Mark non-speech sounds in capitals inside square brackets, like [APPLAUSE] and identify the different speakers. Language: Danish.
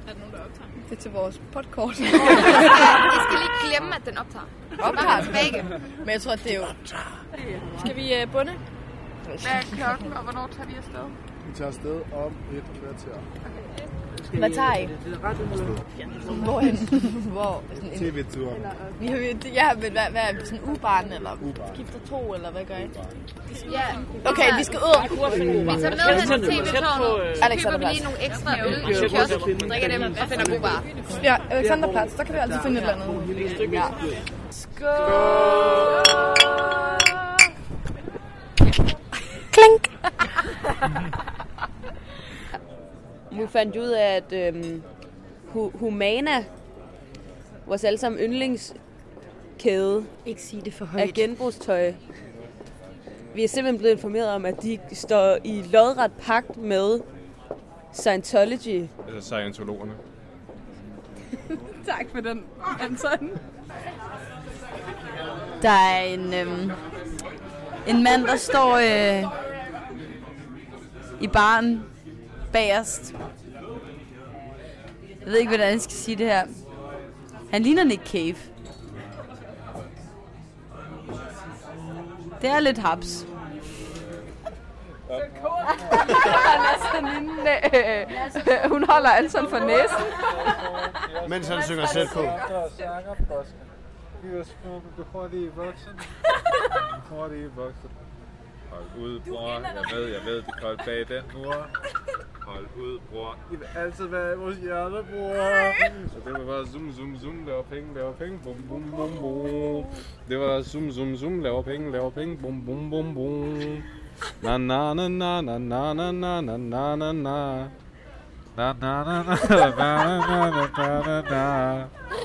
Speaker 1: er der nogen, der optager.
Speaker 2: Det er til vores
Speaker 3: [LAUGHS]
Speaker 2: podcast.
Speaker 4: I skal lige glemme, at den optager. Optager tilbage.
Speaker 2: Men jeg tror, det er jo...
Speaker 1: Skal vi øh, bunde?
Speaker 4: Hvad er klokken, og hvornår tager vi afsted?
Speaker 5: Vi tager afsted om et kvarter
Speaker 2: Hvad tager I?
Speaker 3: Det er ret uheldigt.
Speaker 2: Hvorhen? Hvor? Sådan en,
Speaker 5: TV-tur.
Speaker 2: vi har, vi- ja, men hvad, hvad er det? Sådan ubarn, eller
Speaker 5: Ubarn.
Speaker 2: skifter to, eller hvad gør I?
Speaker 4: Ja.
Speaker 2: Okay, vi skal ud.
Speaker 4: Vi tager med hen til TV-tårnet. Så køber vi
Speaker 2: Alexanderplads.
Speaker 4: lige nogle ekstra øl i kiosken, drikker dem og finder god varer.
Speaker 2: Ja, Alexanderplads, så kan vi altid finde et eller andet. Ja.
Speaker 6: Nu fandt jeg ud af, at øhm, Hu- Humana, vores allesammen yndlingskæde
Speaker 7: Ikke sige det for
Speaker 6: af
Speaker 7: højt.
Speaker 6: genbrugstøj, vi er simpelthen blevet informeret om, at de står i lodret pagt med Scientology.
Speaker 8: Altså Scientologerne.
Speaker 1: Tak for den, Anton.
Speaker 7: Der er en, øhm, en mand, der står øh, i baren bagerst. Jeg ved ikke, hvordan jeg skal sige det her. Han ligner Nick Cave. Det er lidt haps.
Speaker 4: Hun holder Anton for næsen.
Speaker 8: Mens han synger sæt på.
Speaker 5: Der sanger påske. Vi er smukke, du hurtige
Speaker 8: [LAUGHS]
Speaker 5: voksen. Hurtige voksen.
Speaker 8: Hold ud, bror. Jeg ved, jeg ved, det er koldt bag den mur. Hold ud, bror.
Speaker 5: I vil altid være i vores hjerte, bror.
Speaker 8: Så det var bare zoom, zoom, zoom, laver penge, laver penge, bum, bum, bum, bum. Det var zoom, zoom, zoom, laver penge, laver penge, bum, bum, bum, bum. Na, na, na, na, na, na, na, na, na, na, na, na. Na, na, na, na, na, na, na, na, na, na.